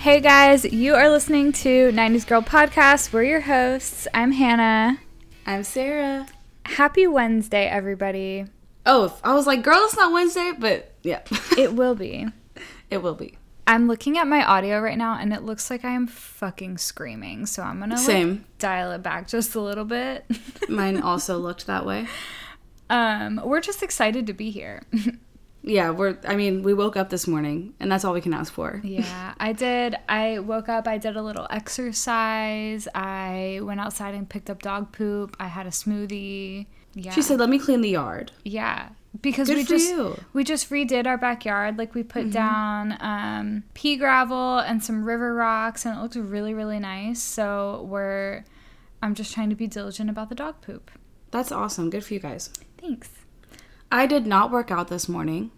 Hey guys, you are listening to 90s Girl Podcast. We're your hosts. I'm Hannah. I'm Sarah. Happy Wednesday, everybody. Oh, if- I was like, girl, it's not Wednesday, but yeah, It will be. it will be. I'm looking at my audio right now and it looks like I am fucking screaming. So I'm gonna like, Same. dial it back just a little bit. Mine also looked that way. um, we're just excited to be here. Yeah, we're, I mean, we woke up this morning and that's all we can ask for. yeah, I did. I woke up, I did a little exercise, I went outside and picked up dog poop, I had a smoothie. Yeah. She said, let me clean the yard. Yeah, because Good we for just you. Mm-hmm. we just redid our backyard. Like we put down um, pea gravel and some river rocks, and it looked really really nice. So we're I'm just trying to be diligent about the dog poop. That's awesome. Good for you guys. Thanks. I did not work out this morning.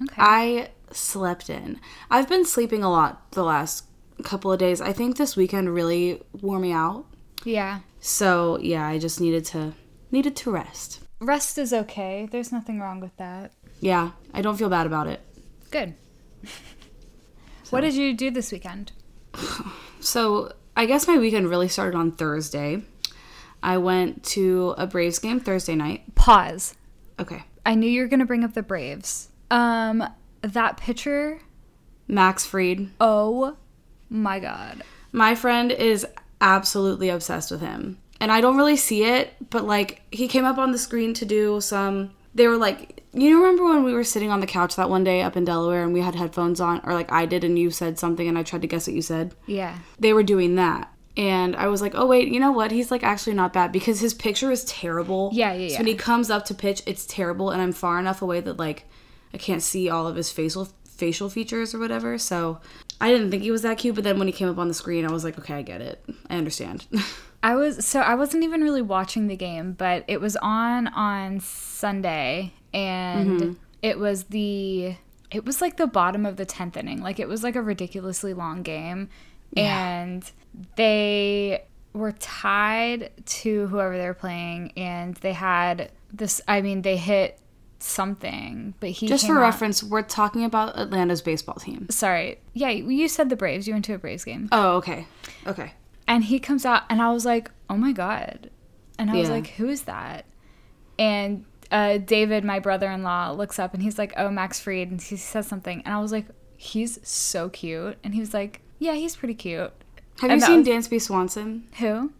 Okay. I slept in. I've been sleeping a lot the last couple of days. I think this weekend really wore me out. yeah. So yeah, I just needed to, needed to rest. Rest is okay. There's nothing wrong with that. Yeah, I don't feel bad about it. Good. What did you do this weekend? So I guess my weekend really started on Thursday. I went to a Braves game Thursday night. Pause. Okay. I knew you were gonna bring up the Braves. Um, that picture. Max Fried. Oh my God. My friend is absolutely obsessed with him. And I don't really see it, but like he came up on the screen to do some they were like you remember when we were sitting on the couch that one day up in Delaware and we had headphones on or like I did and you said something and I tried to guess what you said? Yeah. they were doing that. And I was like, oh, wait, you know what? He's like actually not bad because his picture is terrible. Yeah, yeah, So when yeah. he comes up to pitch, it's terrible. And I'm far enough away that like I can't see all of his facial facial features or whatever. So I didn't think he was that cute. But then when he came up on the screen, I was like, okay, I get it. I understand. I was so I wasn't even really watching the game, but it was on on Sunday and Mm-hmm. it was the it was like the bottom of the 10th inning. Like it was like a ridiculously long game and they were tied to whoever they were playing and they had this I mean they hit something, but he Just came for out- reference, we're talking about Atlanta's baseball team. Sorry. Yeah, you said the Braves. You went to a Braves game. Oh, okay. Okay. and he comes out and i was like oh my god and i was Yeah. like who is that and uh, david my brother-in-law looks up and he's like oh max fried and he says something and i was like he's so cute and he was like yeah he's pretty cute Have And um, you that seen was- Dansby Swanson? who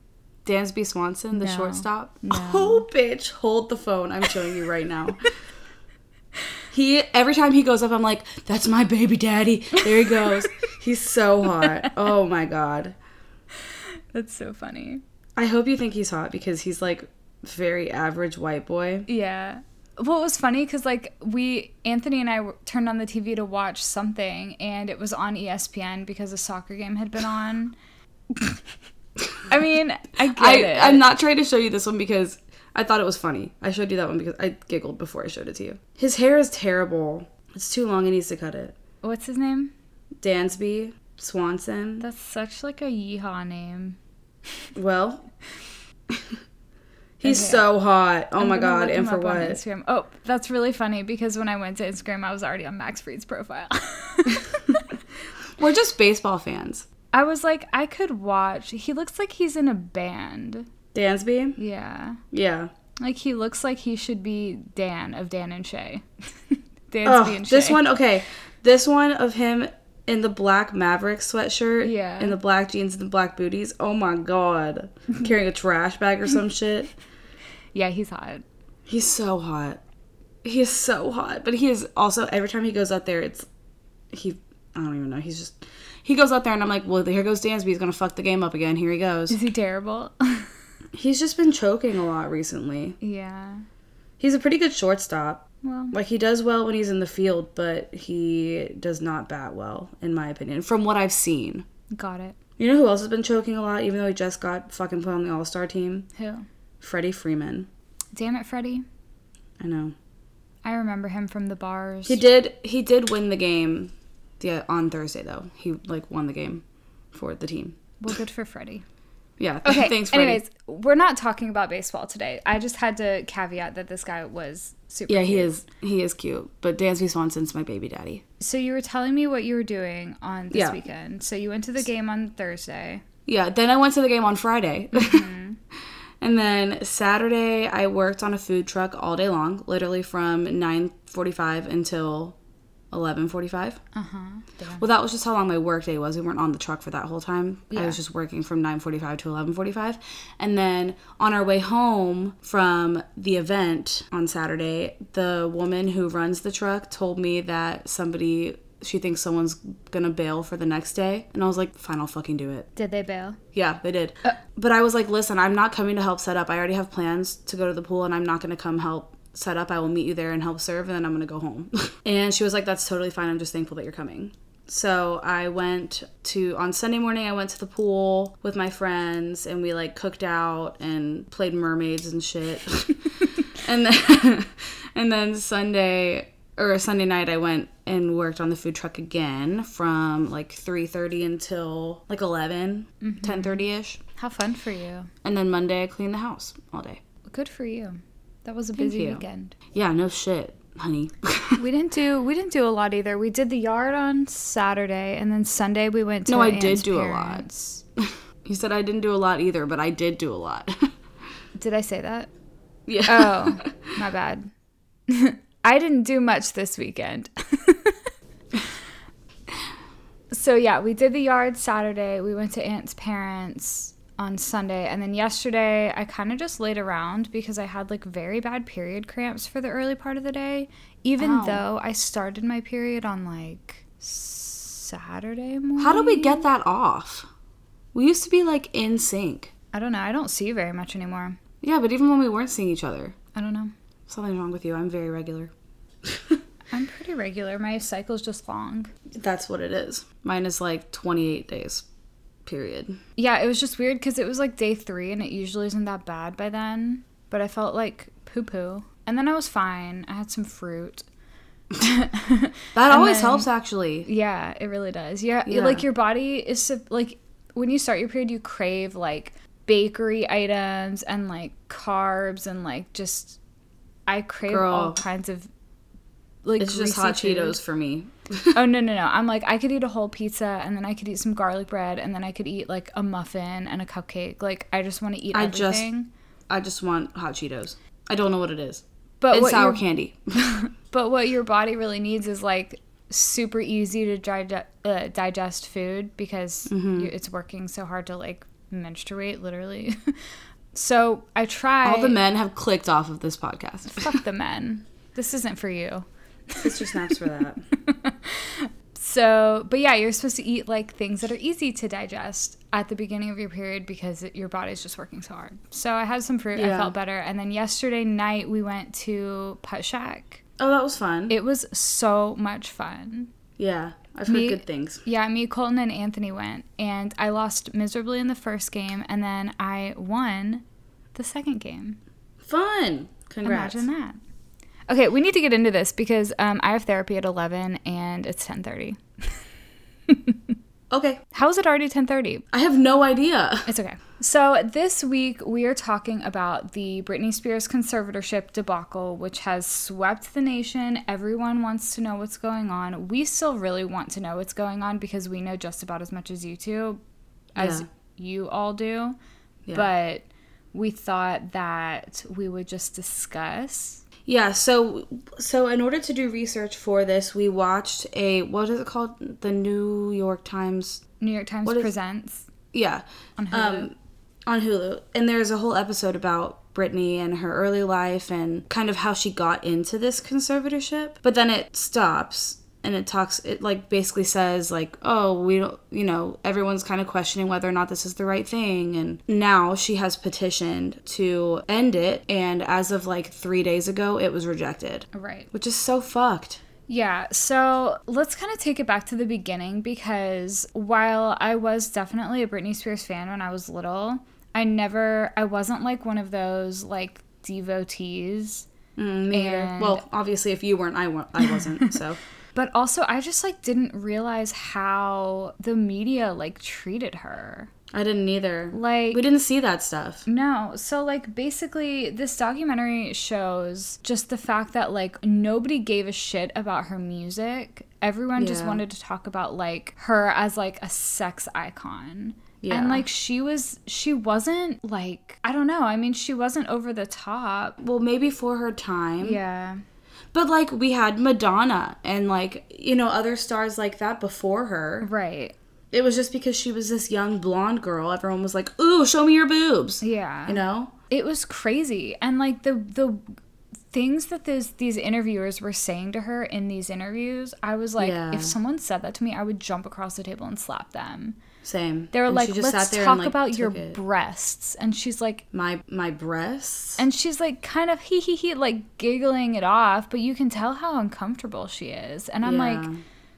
Dansby Swanson, the No. shortstop. Oh, bitch, hold the phone. I'm showing you right now. he every time he goes up, I'm like, "That's my baby daddy." There he goes. He's so hot. Oh my god. that's so funny I hope you think he's hot because he's like very average white boy. yeah well it was funny because like we anthony and i w- turned on the tv to watch something and it was on E espn because a soccer game had been on i mean i get I, it I'm not trying to show you this one because I thought it was funny. I showed you that one because I giggled before I showed it to you. His hair is terrible. It's too long. He needs to cut it. what's his name Dansby Swanson. That's such like a yeehaw name. Well, he's Okay. so hot. Oh I'm my gonna god! look And him for up on what? Instagram. Oh, that's really funny because when I went to Instagram, I was already on Max Fried's profile. We're just baseball fans. I was like, I could watch. He looks like he's in a band. Dansby? Yeah, Yeah. like he looks like he should be Dan of Dan and Shay. Dansby Oh, and Shay. this one. Okay, this one of him in the black Maverick sweatshirt. Yeah. And the black jeans and the black booties. Oh my god! Carrying a trash bag or some shit. Yeah, he's hot. He's so hot. He is so hot. But he is also every time he goes out there, it's he. I don't even know. He's just. He goes out there and I'm like, well, here goes Dansby. He's gonna fuck the game up again. Here he goes. Is he terrible? He's just been choking a lot recently. yeah. He's a pretty good shortstop. Well, Like he does well when he's in the field, but he does not bat well, in my opinion, from what I've seen. got it. You know who else has been choking a lot, even though he just got fucking put on the All Star team? Who? Freddie Freeman. Damn it, Freddie. I know. I remember him from the bars. He did. He did win the game. Yeah, on Thursday though, he like won the game for the team. Well, good for Freddie. Yeah. Okay. Thanks. Freddie. Anyways, we're not talking about baseball today. I just had to caveat that this guy was super. Yeah, cute. he is. He is cute. But Dansby Swanson's my baby daddy. So you were telling me what you were doing on this Yeah. weekend. So you went to the game on Thursday. Yeah. Then I went to the game on Friday. and then Saturday, I worked on a food truck all day long, literally from nine forty-five until eleven forty-five. Uh huh. Well, that was just how long my work day was. We weren't on the truck for that whole time. I was just working from 9:45 to 11:45. And then on our way home from the event on Saturday, the woman who runs the truck told me that somebody she thinks someone's going to bail for the next day. And I was like, "Fine, I'll fucking do it." Did they bail? Yeah, they did. but I was like, "Listen, I'm not coming to help set up. I already have plans to go to the pool and I'm not going to come help." Set up, I will meet you there and help serve, and then I'm gonna go home. and she was like, That's totally fine. I'm just thankful that you're coming. So I went to on Sunday morning I went to the pool with my friends and we like cooked out and played mermaids and shit. and then and then Sunday or Sunday night I went and worked on the food truck again from like 3:30 until like 11, 10:30ish. How fun for you. And then Monday I cleaned the house all day. Good for you. That was a busy you. weekend. Yeah, no shit, honey. We didn't do we didn't do a lot either. We did the yard on Saturday and then Sunday we went to No, I Anne's did do a lot. parents. you said I didn't do a lot either, but I did do a lot. Did I say that? yeah. Oh, my bad. I didn't do much this weekend. so yeah, we did the yard Saturday. We went to Aunt's parents on Sunday, and then yesterday I kind of just laid around because I had like very bad period cramps for the early part of the day, even Ow. though I started my period on like Saturday morning. How do we get that off? We used to be like in sync. I don't know. I don't see very much anymore. Yeah, but even when we weren't seeing each other, I don't know. something's wrong with you. I'm very regular. I'm pretty regular. My cycle's just long. That's what it is. Mine is like 28 days, period. Yeah, it was just weird because it was like day three and it usually isn't that bad by then. But I felt like poo poo. And then I was fine. I had some fruit. That always then- helps, actually. Yeah, it really does. Yeah, Yeah. like your body is sup- like when you start your period, you crave like bakery items and like carbs and like just I crave all Girl. kinds of like It's just greasy hot food. Cheetos for me. oh no no no! I'm like I could eat a whole pizza and then I could eat some garlic bread and then I could eat like a muffin and a cupcake. Like I just want to eat I just- everything. I just want hot Cheetos. I don't know what it is. but It's what sour your, candy. but what your body really needs is like super easy to dig- uh, digest food because Mm-hmm. you, it's working so hard to like menstruate literally so i try All the men have clicked off of this podcast. fuck the men this isn't for you Sister snaps for that. so but yeah you're supposed to eat like things that are easy to digest at the beginning of your period because it, your body's just working so hard so i had some fruit i Yeah. felt better and then yesterday night we went to putt shack Oh, that was fun. it was so much fun yeah, I've heard Me- good things. Yeah, me, Colton, and Anthony went, and I lost miserably in the first game, and then I won the second game. Fun. Congrats. Imagine that. Okay, we need to get into this because um, I have therapy at eleven, and it's ten thirty. Okay. How is it already ten thirty? I have no idea. It's okay. So this week we are talking about the Britney Spears conservatorship debacle, which has swept the nation. Everyone wants to know what's going on. We still really want to know what's going on because we know just about as much as you two, as Yeah. you all do. Yeah. But we thought that we would just discuss. Yeah, so so in order to do research for this, we watched a what is it called? The New York Times. New York Times is- presents. Yeah. On Hulu. Um on Hulu. And there's a whole episode about Britney and her early life and kind of how she got into this conservatorship. But then it stops and it talks it like basically says like, "Oh, we don't, you know, everyone's kind of questioning whether or not this is the right thing." And now she has petitioned to end it, and as of like 3 days ago, it was rejected Right. which is so fucked. Yeah, so let's kind of take it back to the beginning because while I was definitely a Britney Spears fan when I was little, I never, I wasn't like one of those like devotees. And- Mm, well, obviously, if you weren't, I, wa- I wasn't. So But also, I just like didn't realize how the media like treated her. I didn't either. Like we didn't see that stuff. No. So, like, basically, this documentary shows just the fact that, like, nobody gave a shit about her music. Everyone just Yeah. wanted to talk about, like, her as, like, a sex icon. Yeah. And, like, she was, she wasn't, like, I don't know. I mean, she wasn't over the top. Well, maybe for her time. Yeah. But like we had Madonna and like, you know, other stars like that before her. Right. It was just because she was this young blonde girl, everyone was like, "Ooh, show me your boobs." Yeah. You know? it was crazy and like the the things that these these interviewers were saying to her in these interviews i was like Yeah. if someone said that to me i would jump across the table and slap them Same. they were And like she just let's sat there talk and, like, about your took it. breasts and she's like my my breasts. and she's like kind of hee hee hee like giggling it off but you can tell how uncomfortable she is and i'm Yeah. like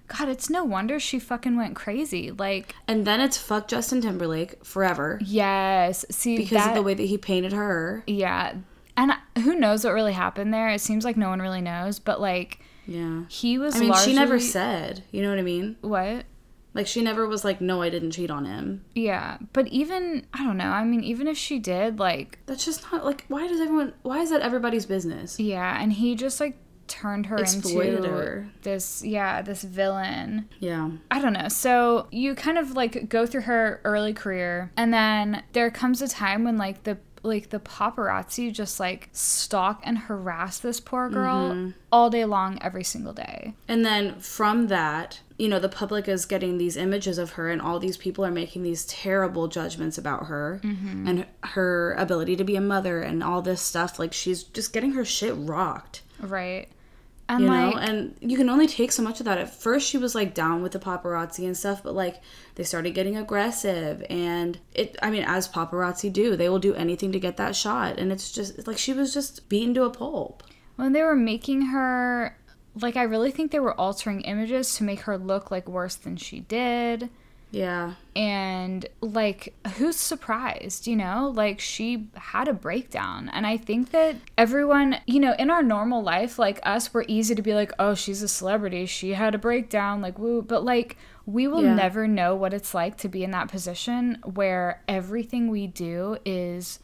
god it's no wonder she fucking went crazy like And then it's fuck Justin Timberlake forever yes see because of that- the way that he painted her. yeah and who knows what really happened there it seems like no one really knows but like Yeah. He was. I mean, she never largely- said, you know what I mean? what. Like she never was like, "No, I didn't cheat on him." Yeah, but even I don't know. I mean, even if she did, like, That's just not like why does everyone why is that everybody's business? yeah, and he just like turned her Exploited into her. this, yeah, this villain. Yeah. I don't know. So you kind of like go through her early career, and then there comes a time when like the like the paparazzi just like stalk and harass this poor girl Mm-hmm. all day long, every single day. And then from that, you know, the public is getting these images of her, and all these people are making these terrible judgments about her Mm-hmm. and her ability to be a mother and all this stuff. Like, she's just getting her shit rocked, Right. And you like, know? And you can only take so much of that. At first, she was like down with the paparazzi and stuff, but like, they started getting aggressive. And it, I mean, as paparazzi do, they will do anything to get that shot. And it's just it's like she was just beaten to a pulp. when they were making her like i really think they were altering images to make her look like worse than she did Yeah. and like who's surprised you know like she had a breakdown and i think that everyone you know in our normal life like us we're easy to be like oh she's a celebrity she had a breakdown like woo but like we will Yeah. never know what it's like to be in that position where everything we do is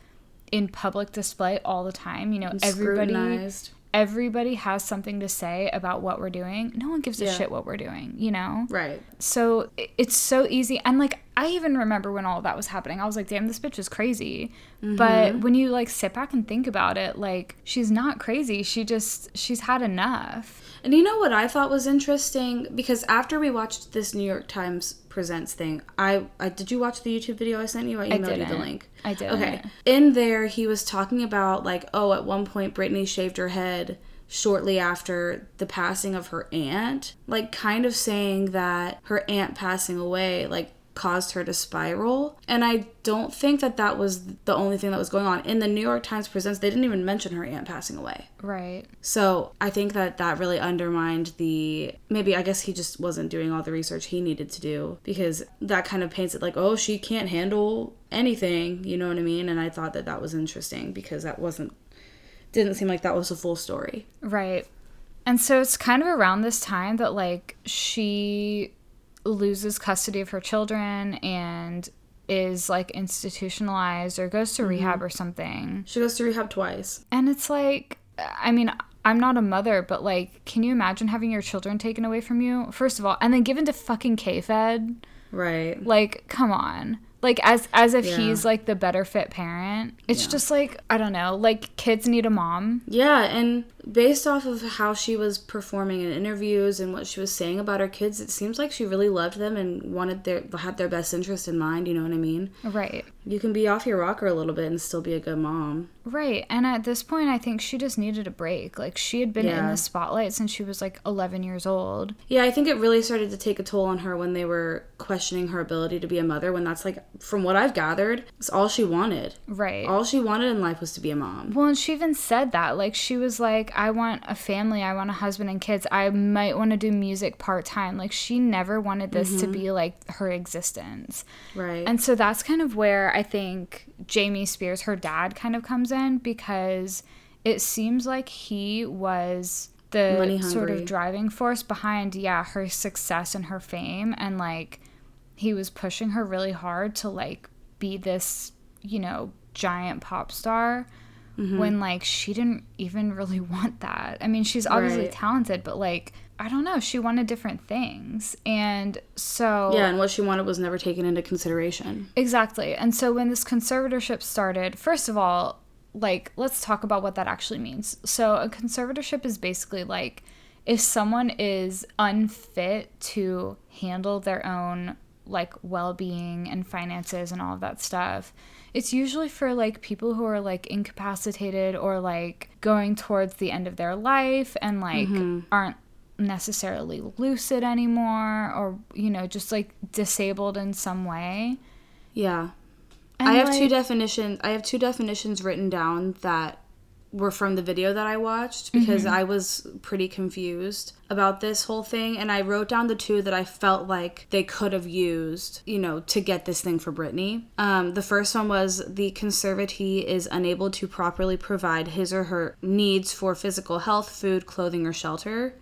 in public display all the time you know everybody Scrutinized. everybody has something to say about what we're doing. No one gives a Yeah. shit what we're doing, you know? Right. So i- it's so easy. And like, I even remember when all that was happening, I was like, damn, this bitch is crazy. Mm-hmm. But when you like sit back and think about it, like, she's not crazy. She just, she's had enough. And you know what I thought was interesting because after we watched this New York Times presents thing, I, I did you watch the YouTube video I sent you? I emailed you the didn't. link. I did. Okay. In there, he was talking about like, oh, at one point Britney shaved her head shortly after the passing of her aunt, like kind of saying that her aunt passing away like caused her to spiral. And I don't think that that was the only thing that was going on. In the New York Times presents, they didn't even mention her aunt passing away. Right. So I think that that really undermined the maybe I guess he just wasn't doing all the research he needed to do because that kind of paints it like oh she can't handle anything you know what I mean and I thought that that was interesting because that wasn't didn't seem like that was the full story Right. And so it's kind of around this time that like she loses custody of her children and is like institutionalized or goes to Mm-hmm. rehab or something. she goes to rehab twice And it's like, I mean, I'm not a mother, but like, can you imagine having your children taken away from you? First of all, and then given to fucking K-Fed? right Like, come on. Like as as if Yeah. he's like the better fit parent. It's just like, I don't know, like kids need a mom. yeah and based off of how she was performing in interviews and what she was saying about her kids it seems like she really loved them and wanted their had their best interest in mind you know what I mean Right. you can be off your rocker a little bit and still be a good mom Right. And at this point, I think she just needed a break. Like she had been in Yeah. the spotlight since she was like 11 years old. Yeah, I think it really started to take a toll on her when they were questioning her ability to be a mother. When that's like, from what I've gathered, it's all she wanted. Right. All she wanted in life was to be a mom. Well, and she even said that. Like, she was like, I want a family. I want a husband and kids. I might want to do music part time. Like, she never wanted this to be like her existence. Right. And so that's kind of where I think Jamie Spears, her dad, kind of comes in because it seems like he was the Money sort of hungry. driving force behind, yeah, her success and her fame. And like, he was pushing her really hard to like be this, you know, giant pop star Mm-hmm. when like she didn't even really want that. I mean, she's obviously Right. talented, but like I don't know, she wanted different things. And so Yeah, and what she wanted was never taken into consideration. Exactly. And so when this conservatorship started, first of all, like let's talk about what that actually means. So a conservatorship is basically like if someone is unfit to handle their own like well-being and finances and all of that stuff. It's usually for like people who are like incapacitated or like going towards the end of their life and like aren't necessarily lucid anymore or you know just like disabled in some way. Yeah. And, I have two like- definitions. I have two definitions written down that were from the video that I watched because Mm-hmm. I was pretty confused about this whole thing and I wrote down the two that I felt like they could have used, you know, to get this thing for Brittany. Um, the first one was the conservatee is unable to properly provide his or her needs for physical health, food, clothing, or shelter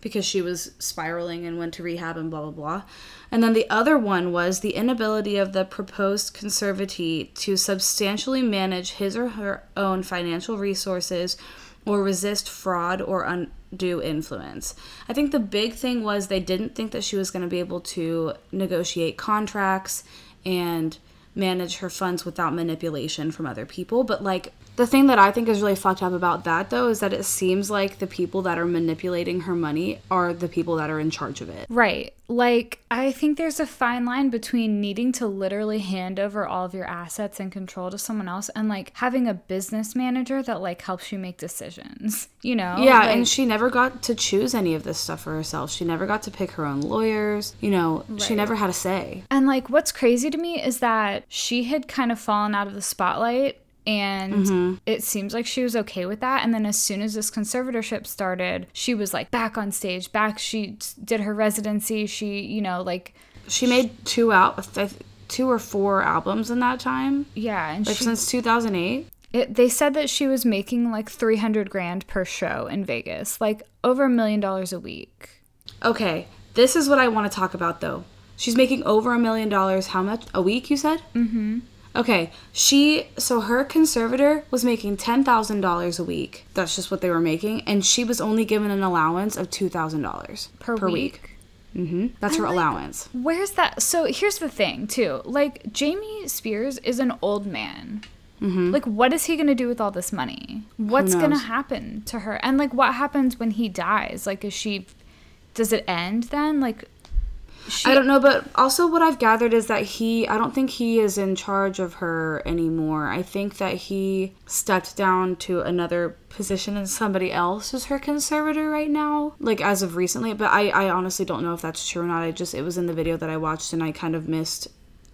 because she was spiraling and went to rehab and blah blah blah. And then the other one was the inability of the proposed conservatee to substantially manage his or her own financial resources or resist fraud or undue influence. I think the big thing was they didn't think that she was going to be able to negotiate contracts and manage her funds without manipulation from other people. But like the thing that I think is really fucked up about that though is that it seems like the people that are manipulating her money are the people that are in charge of it. Right. Like, I think there's a fine line between needing to literally hand over all of your assets and control to someone else and like having a business manager that like helps you make decisions, you know? Yeah, Like, and she never got to choose any of this stuff for herself. She never got to pick her own lawyers. You know, she never had a say. and like, what's crazy to me is that she had kind of fallen out of the spotlight and Mm-hmm. it seems like she was okay with that and then as soon as this conservatorship started she was like back on stage back she did her residency she you know like She made two out two or four albums in that time. yeah and Like she since 2008. It, they said that she was making like 300 grand per show in Vegas, like over a million dollars a week. Okay, this is what I want to talk about though. She's making over a million dollars. How much a week? You said. Mm-hmm. Okay, she so her conservator was making ten thousand dollars a week. That's just what they were making, and she was only given an allowance of two thousand dollars Per week? hmm That's her allowance. Where's that? So here's the thing, too. Like, Jamie Spears is an old man. Like, what is he going to do with all this money? What's going to Mm-hmm. knows? happen to her? And, like, what happens when he dies? Like, is she. Does it end then? Like, she, I don't know, but also what I've gathered is that he, I don't think he is in charge of her anymore. I think that he stepped down to another position and somebody else is her conservator right now, like as of recently. But I, I honestly don't know if that's true or not. I just, it was in the video that I watched and I kind of missed.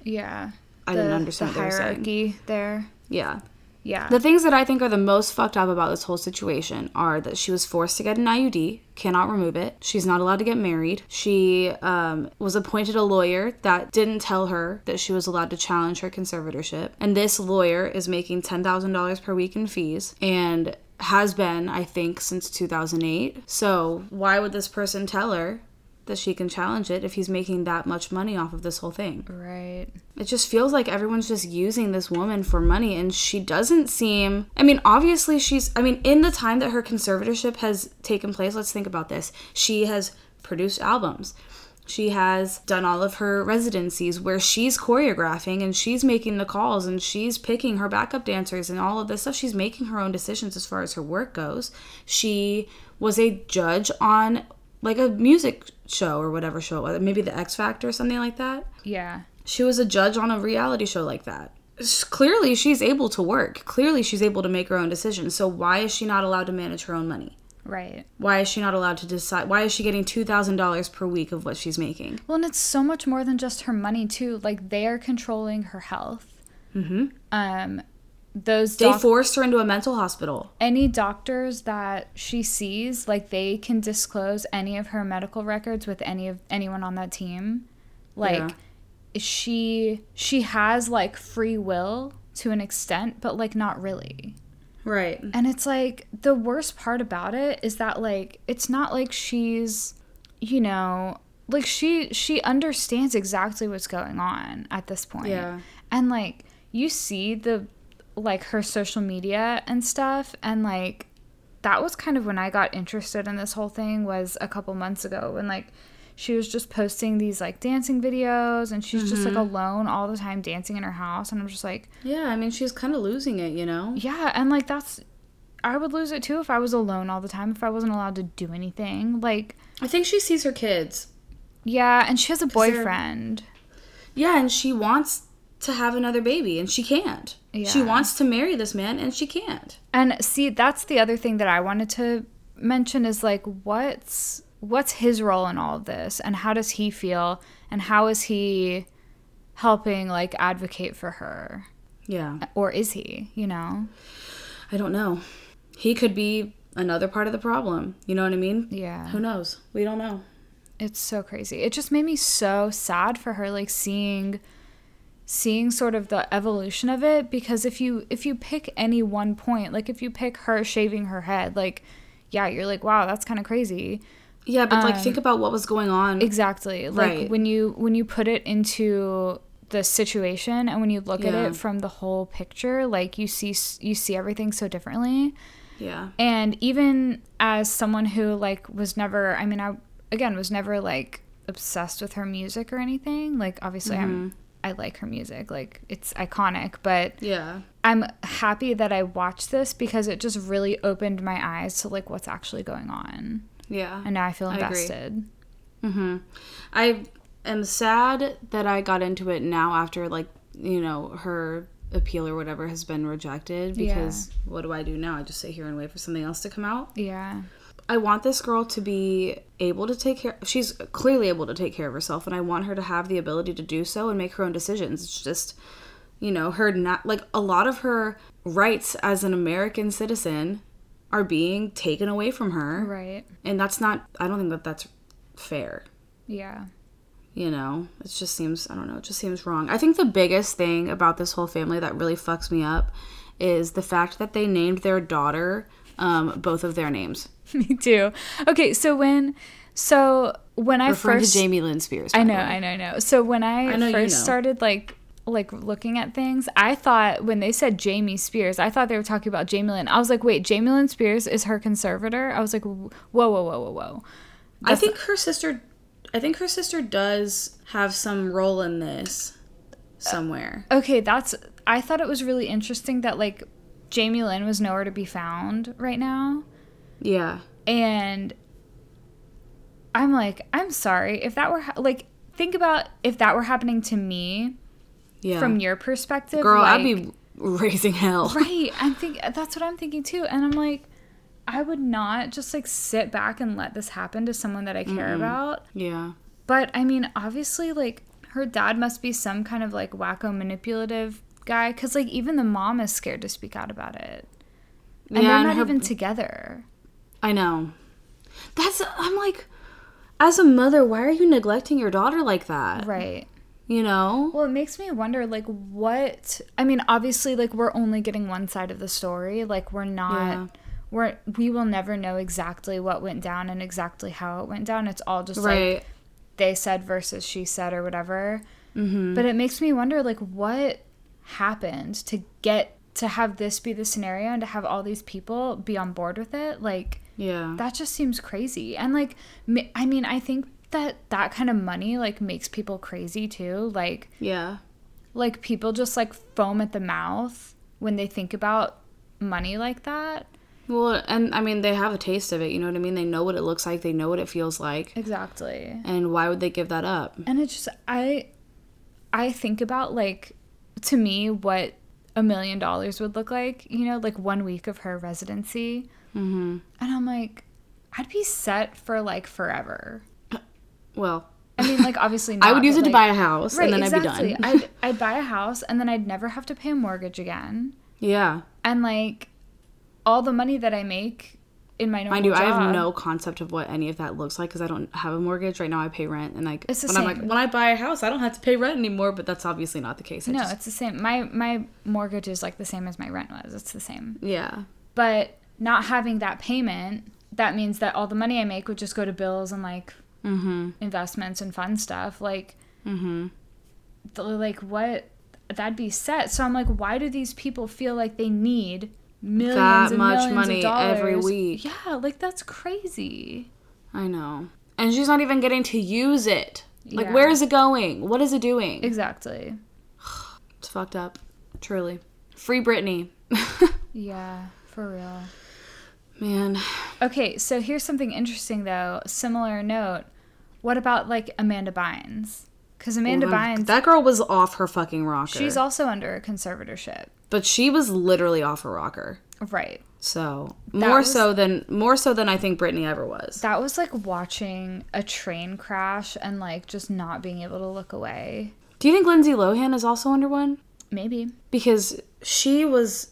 Yeah. I didn't understand the what they were saying. hierarchy there. Yeah. Yeah. The things that I think are the most fucked up about this whole situation are that she was forced to get an IUD, cannot remove it. She's not allowed to get married. She um, was appointed a lawyer that didn't tell her that she was allowed to challenge her conservatorship. And this lawyer is making $10,000 per week in fees and has been, I think, since 2008. So why would this person tell her? That she can challenge it if he's making that much money off of this whole thing. right. It just feels like everyone's just using this woman for money, and she doesn't seem. I mean, obviously, she's. I mean, in the time that her conservatorship has taken place, let's think about this. She has produced albums. She has done all of her residencies where she's choreographing and she's making the calls and she's picking her backup dancers and all of this stuff. She's making her own decisions as far as her work goes. She was a judge on like a music show or whatever show it was, maybe the X Factor or something like that. Yeah. She was a judge on a reality show like that. S- Clearly, she's able to work. Clearly, she's able to make her own decisions. So, why is she not allowed to manage her own money? Right. Why is she not allowed to decide? Why is she getting $2,000 per week of what she's making? Well, and it's so much more than just her money too. Like they are controlling her health. Mm-hmm. Um, those They doc- forced her into a mental hospital. any doctors that she sees, like they can disclose any of her medical records with any of anyone on that team. Like Yeah. she she has like free will to an extent, but like not really. Right. And it's like the worst part about it is that like it's not like she's you know like she she understands exactly what's going on at this point. Yeah. And like you see the like her social media and stuff and like that was kind of when I got interested in this whole thing was a couple months ago when like she was just posting these like dancing videos and she's just like alone all the time dancing in her house and I'm just like Yeah, I mean, she's kind of losing it, you know? yeah, and like that's I would lose it too if I was alone all the time if I wasn't allowed to do anything. Like I think she sees her kids. yeah, and she has a they're- boyfriend. Yeah, and she wants to have another baby, and she can't. She Yeah. wants to marry this man, and she can't. And see, that's the other thing that I wanted to mention is like what's what's his role in all of this and how does he feel and how is he helping like advocate for her Yeah. or is he, you know? I don't know. He could be another part of the problem. You know what I mean? Yeah. Who knows? We don't know. It's so crazy. It just made me so sad for her like seeing seeing sort of the evolution of it because if you if you pick any one point, like if you pick her shaving her head, like yeah, you're like wow, that's kind of crazy. Yeah, but like, think about what was going on. Exactly. Like Right. when you when you put it into the situation and when you look at Yeah. it from the whole picture, like you see s- you see everything so differently. yeah. And even as someone who like was never, I mean, I again was never like obsessed with her music or anything. Like obviously Mm-hmm. I'm I like her music. Like it's iconic, but Yeah. I'm happy that I watched this because it just really opened my eyes to like what's actually going on. Yeah. And now I feel I agree. invested. hmm I am sad that I got into it now after like you know her appeal or whatever has been rejected Yeah. because what do I do now? I just sit here and wait for something else to come out. Yeah. I want this girl to be able to take care. She's clearly able to take care of herself, and I want her to have the ability to do so and make her own decisions. It's just, you know, her not like a lot of her rights as an American citizen are being taken away from her, Right. and that's not. I don't think that that's fair Yeah. you know it just seems i don't know it just seems wrong i think the biggest thing about this whole family that really fucks me up is the fact that they named their daughter um, both of their names Me too. Okay, so when so when I referring first to jamie lynn spears I know, I know, I know. So when I, Uh-huh. know you first know. started like like looking at things, I thought when they said Jamie Spears, I thought they were talking about Jamie Lynn. I was like, wait, Jamie Lynn Spears is her conservator? I was like, whoa, whoa, whoa, whoa, whoa. i think her sister i think her sister does have some role in this somewhere Okay, that's I thought it was really interesting that like Jamie Lynn was nowhere to be found right now. yeah and I'm like, I'm sorry if that were ha- like, think about if that were happening to me yeah from your perspective, girl i'd like- be raising hell right. I'm think that's what I'm thinking too, and I'm like, I would not just like sit back and let this happen to someone that I care about. yeah But I mean, obviously, like her dad must be some kind of like wacko manipulative guy, because like even the mom is scared to speak out about it, and yeah they're not her- even together. I know. That's I'm like as a mother, why are you neglecting your daughter like that? Right. You know? Well, it makes me wonder, like, what? I mean, obviously, like, we're only getting one side of the story. Like, we're not, Yeah. we're, we will never know exactly what went down and exactly how it went down. It's all just like Right. they said versus she said or whatever. But it makes me wonder, like, what happened to get to have this be the scenario and to have all these people be on board with it? Like, yeah. that just seems crazy and like ma- i mean i think that that kind of money like makes people crazy too like yeah. like people just like foam at the mouth when they think about money like that Well, and I mean they have a taste of it, you know what I mean? They know what it looks like, they know what it feels like. exactly And why would they give that up? and it's just i i think about like to me what a million dollars would look like you know like one week of her residency mm-hmm. and i'm like i'd be set for like forever Well, i mean like obviously I not, would use but, it to like- buy a house and then I'd be exactly. done. I'd, I'd buy a house and then I'd never have to pay a mortgage again. yeah. And like all the money that I make in my normal Mind you, I job- have no concept of what any of that looks like because I don't have a mortgage right now. I pay rent, and like It's the when I'm same. like when I buy a house, I don't have to pay rent anymore. But that's obviously not the case. I No, just- it's the same. My my mortgage is like the same as my rent was. It's the same. yeah, But not having that payment, that means that all the money I make would just go to bills and like Mm-hmm. investments and fun stuff. Like, th- like what that'd be set. So I'm like, why do these people feel like they need millions That and much millions money of dollars every week. Yeah, like that's crazy. I know. And she's not even getting to use it. Like, Yeah. where is it going? What is it doing? Exactly. It's fucked up. Truly. Free Britney. Yeah, for real. Man. Okay, so here's something interesting though. Similar note. What about like Amanda Bynes? Because Amanda Bynes, That girl was off her fucking rocker. she's also under a conservatorship, but she was literally off her rocker. right? So more was- so than more so than I think Britney ever was. That was like watching a train crash and like just not being able to look away. Do you think Lindsay Lohan is also under one? Maybe. Because she was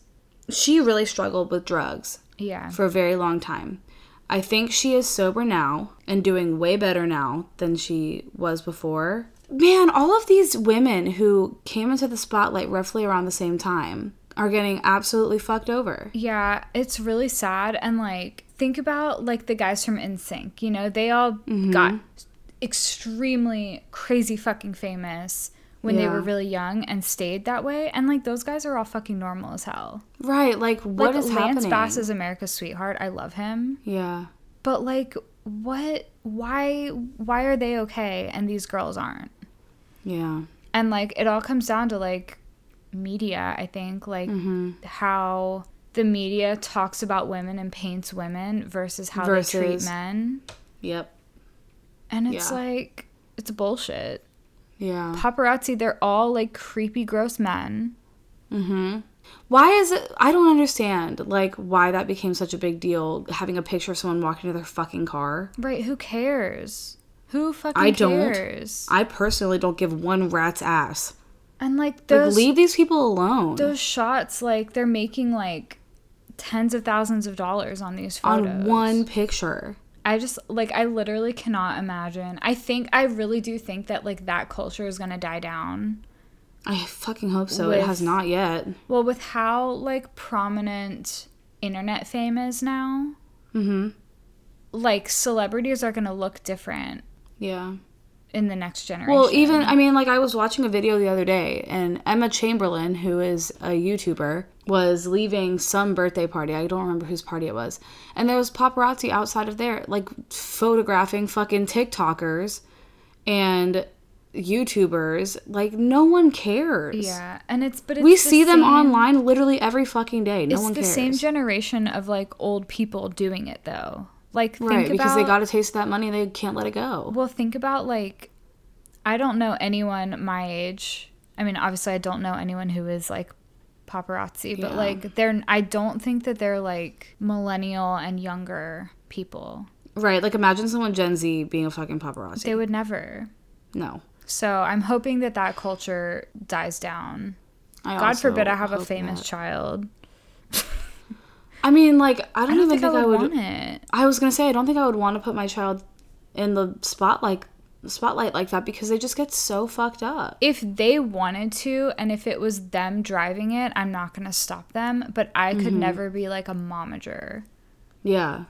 she really struggled with drugs Yeah. for a very long time. I think she is sober now and doing way better now than she was before. Man, all of these women who came into the spotlight roughly around the same time are getting absolutely fucked over. Yeah, it's really sad and like think about like the guys from NSYNC, you know, they all Mm-hmm. got extremely crazy fucking famous when they Yeah. were really young and stayed that way and like those guys are all fucking normal as hell. Right, like what Like is Lance happening? Bass is America's sweetheart. I love him. yeah. But like what why why are they okay and these girls aren't? Yeah. and like it all comes down to like media i think like Mm-hmm. how the media talks about women and paints women versus how they treat Versus- men Yep. and it's Yeah. like it's bullshit Yeah. paparazzi they're all like creepy gross men mm-hmm. Why is it? I don't understand. Like, why that became such a big deal? Having a picture of someone walking to their fucking car. right who cares who fucking I don't. cares I personally don't give one rat's ass. and like Like, those leave these people alone. those shots like they're making like tens of thousands of dollars on these photos on one picture. I just like I literally cannot imagine. I think I really do think that like that culture is going to die down. I fucking hope so. it With- has not yet. Well, with how like prominent internet fame is now, Mhm. like celebrities are going to look different Yeah. in the next generation. Well, even I mean, like I was watching a video the other day, and Emma Chamberlain, who is a YouTuber, was leaving some birthday party. I don't remember whose party it was, and there was paparazzi outside of there, like photographing fucking TikTokers and YouTubers. Like no one cares. yeah, and it's but it's We the see them same- online literally every fucking day. No It's one the cares. same generation of like old people doing it though. Like think right? about Because they got a taste of that money, they can't let it go. Well, think about like, I don't know anyone my age. I mean, obviously, I don't know anyone who is like paparazzi, but Yeah. like, they're, I don't think that they're like millennial and younger people. Right? Like imagine someone Gen Z being a fucking paparazzi. They would never. no. So I'm hoping that that culture dies down. I God also forbid I have a hope famous not. child. I mean, like I don't, I don't even think, I would, I want it. I was gonna say I don't think I would want to put my child in the spotlight spotlight like that because they just get so fucked up. If they wanted to, and if it was them driving it, I'm not going to stop them. But I could never be like a momager. Yeah.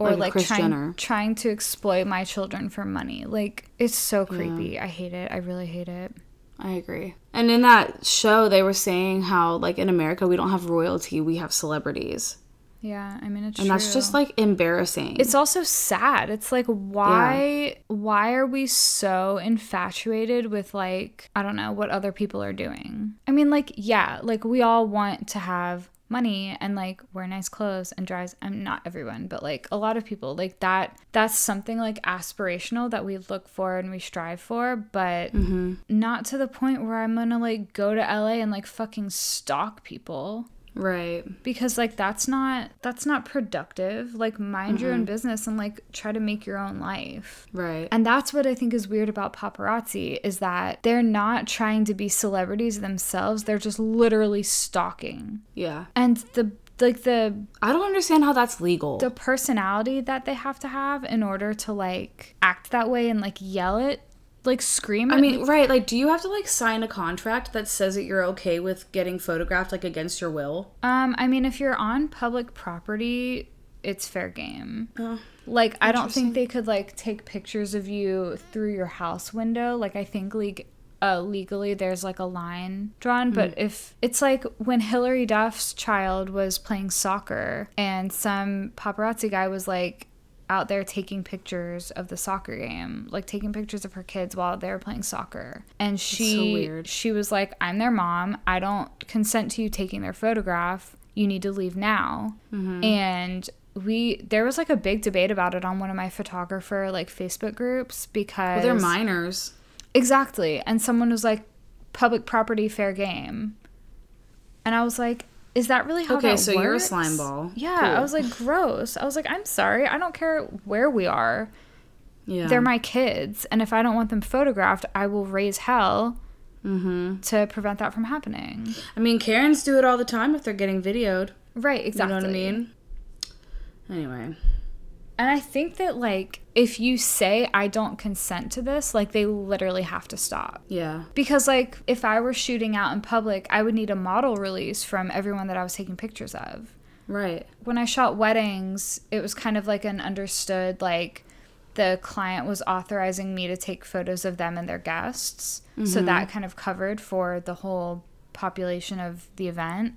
or a like, Kris trying, Jenner. trying to exploit my children for money. Like it's so creepy. I hate it. I really hate it. I agree. And in that show they were saying how like in America we don't have royalty, we have celebrities. Yeah, I mean it's And that's just like embarrassing. it's also sad. It's like why why are we so infatuated with like I don't know what other people are doing? I mean like yeah, like we all want to have money and like wear nice clothes and drives I'm not everyone, but like a lot of people like that that's something like aspirational that we look for and we strive for, but not to the point where I'm going to like go to LA and like fucking stalk people right. because like that's not that's not productive like mind Mm-hmm. your own business and like try to make your own life Right. and that's what i think is weird about paparazzi is that they're not trying to be celebrities themselves they're just literally stalking Yeah. and the like the I don't understand how that's legal. the personality that they have to have in order to like act that way and like yell it like scream I mean, right, like do you have to like sign a contract that says that you're okay with getting photographed like against your will? um i mean if you're on public property it's fair game. Oh. Like I don't think they could like take pictures of you through your house window. Like I think like uh, legally there's like a line drawn, but Hmm. if it's like when Hillary Duff's child was playing soccer and some paparazzi guy was like out there taking pictures of the soccer game, like taking pictures of her kids while they were playing soccer. And she weird. she was like, "I'm their mom. I don't consent to you taking their photograph. You need to leave now." Mm-hmm. And we there was like a big debate about it on one of my photographer like Facebook groups because They're minors. Exactly. And someone was like, public property, fair game. And I was like, is that really how Okay, that so you're a works? slime ball. Yeah. I Cool. was like, gross. I was like, I'm sorry. I don't care where we are. Yeah. They're my kids. And if I don't want them photographed, I will raise hell Mm-hmm. to prevent that from happening. I mean, Karens do it all the time if they're getting videoed. Right. You Exactly. know what I mean? Anyway. And I think that, like, if you say, I don't consent to this, like, they literally have to stop. Yeah. Because, like, if I were shooting out in public, I would need a model release from everyone that I was taking pictures of. Right. When I shot weddings, it was kind of like an understood, like, the client was authorizing me to take photos of them and their guests. So that kind of covered for the whole population of the event.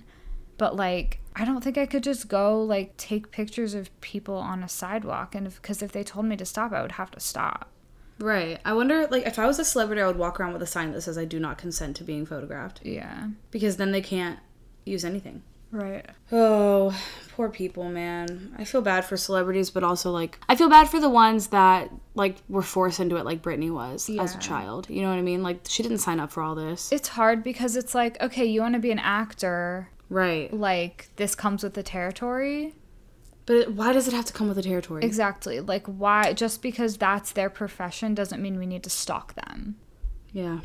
But, like, I don't think I could just go, like, take pictures of people on a sidewalk. And because if they told me to stop, I would have to stop. Right. I wonder, like, if I was a celebrity, I would walk around with a sign that says, I do not consent to being photographed. Yeah. Because then they can't use anything. Right. Oh, poor people, man. I feel bad for celebrities, but also, like, I feel bad for the ones that, like, were forced into it, like Britney was as a Yeah. child. You know what I mean? Like, she didn't sign up for all this. it's hard because it's like okay you want to be an actor Right. like this comes with the territory But it, why does it have to come with the territory? exactly like why just because that's their profession doesn't mean we need to stalk them yeah,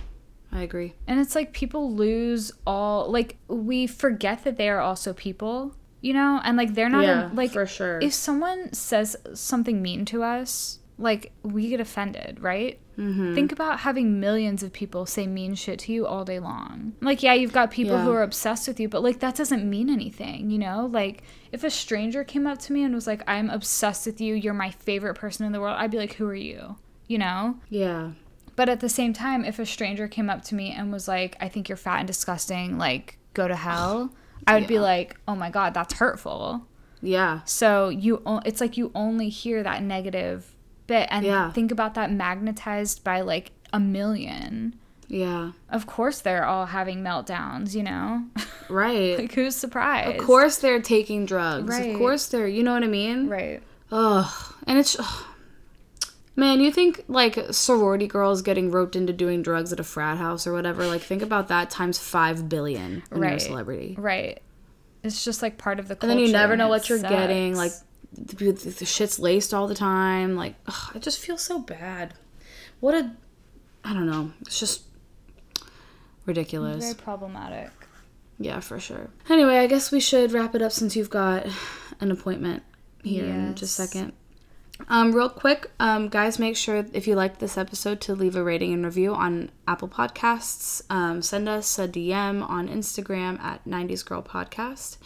I agree. and it's like people lose all like we forget that they are also people you know and like they're not yeah, like for sure. if someone says something mean to us like we get offended right Mm-hmm. think about having millions of people say mean shit to you all day long like yeah you've got people who Yeah. are obsessed with you but like that doesn't mean anything you know like if a stranger came up to me and was like i'm obsessed with you you're my favorite person in the world i'd be like who are you you know yeah. but at the same time if a stranger came up to me and was like i think you're fat and disgusting like go to hell i would be Yeah. like oh my god that's hurtful Yeah. so you, o- it's like you only hear that negative bit, and Yeah. think about that magnetized by like a million. Yeah. Of course, they're all having meltdowns. You know, Right. like who's surprised? of course they're taking drugs. Right. Of course they're, you know what I mean? right? Ugh. And it's, ugh. man, you think like sorority girls getting roped into doing drugs at a frat house or whatever? Like, think about that times five billion when you're a Right. celebrity. Right. It's just like part of the And culture. then you never and know it what you're sucks. getting. Like, the, the, the shit's laced all the time. Like, ugh, I just feel so bad. What a, I don't know. It's just ridiculous. very problematic. Yeah, for sure. Anyway, I guess we should wrap it up since you've got an appointment here in just a Yes. second. Um, real quick, um, guys, make sure if you liked this episode to leave a rating and review on Apple Podcasts. Um, send us a DM on Instagram at 90s Girl Podcast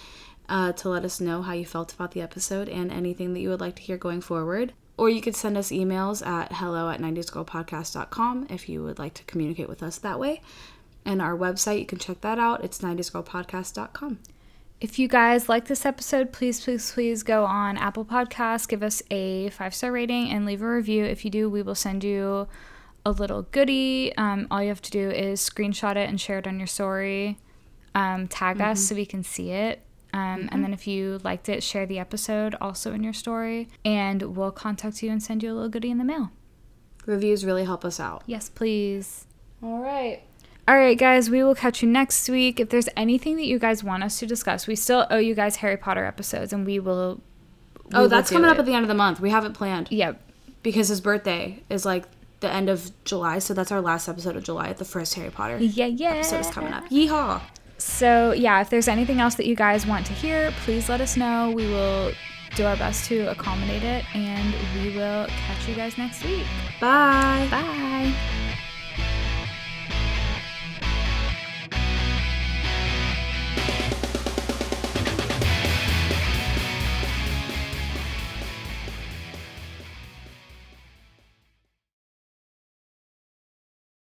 uh, to let us know how you felt about the episode and anything that you would like to hear going forward. Or you could send us emails at hello at 90sgirlpodcast.com if you would like to communicate with us that way. And our website, you can check that out. It's 90sgirlpodcast.com. If you guys like this episode, please, please, please go on Apple Podcasts, give us a five star rating, and leave a review. If you do, we will send you a little goodie. Um, all you have to do is screenshot it and share it on your story. Um, tag us so we can see it. Um, And then if you liked it, share the episode also in your story, and we'll contact you and send you a little goodie in the mail. Reviews really help us out. Yes, please. All right. All right, guys, we will catch you next week. If there's anything that you guys want us to discuss, we still owe you guys Harry Potter episodes, and we will. we Oh, will that's do coming up it. at the end of the month. We have it planned Yep. because his birthday is like the end of July, so that's our last episode of July. The first Harry Potter Yeah, yeah. episode is coming up. Yeehaw! So, yeah, if there's anything else that you guys want to hear, please let us know. We will do our best to accommodate it, and we will catch you guys next week. Bye. Bye.